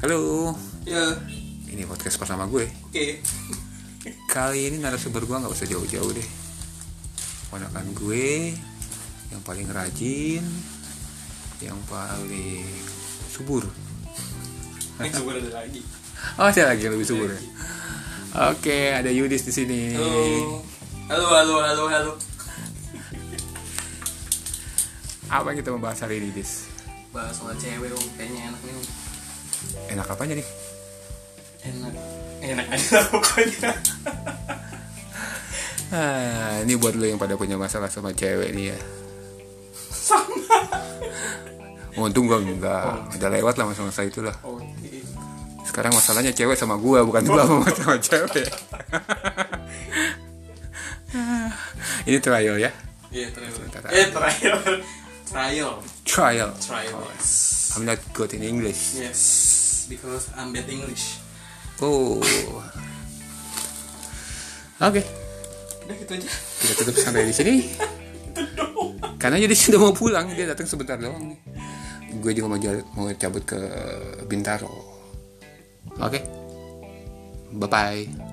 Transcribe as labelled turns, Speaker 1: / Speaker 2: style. Speaker 1: Halo,
Speaker 2: Ya,
Speaker 1: ini podcast pertama gue.
Speaker 2: oke.
Speaker 1: Kali ini narasumber gue nggak usah jauh-jauh deh. Ponakan gue yang paling rajin, yang paling subur.
Speaker 2: Ini coba ada lagi.
Speaker 1: Oh, ada lagi yang lebih subur. ya? Oke, ada Yudis di sini.
Speaker 2: Halo. Halo, halo, halo, halo.
Speaker 1: Apa yang kita membahas hari ini, Yudis?
Speaker 2: Bahas soal cewek om, kayaknya enak nih om.
Speaker 1: Enak apanya nih?
Speaker 2: Enak. Enak aja lah pokoknya.
Speaker 1: Ah, ini buat lo yang pada punya masalah sama cewek nih ya.
Speaker 2: Sama.
Speaker 1: Untung gue enggak, udah lewat lah masa-masa itulah.
Speaker 2: Oke.
Speaker 1: Sekarang masalahnya cewek sama gua bukan gua sama sama cewek. Ini trial ya.
Speaker 2: Iya, trial.
Speaker 1: Sebentar.
Speaker 2: Eh, trial. Trial.
Speaker 1: Trial.
Speaker 2: Trial.
Speaker 1: I'm not good in English.
Speaker 2: Yes, because I'm bad English.
Speaker 1: Oh. Oke,
Speaker 2: Udah gitu aja.
Speaker 1: kita tutup sampai di sini. Karena jadi sudah mau pulang, dia datang sebentar doang. Gue juga mau jal- mau cabut ke Bintaro. Oke. Bye bye.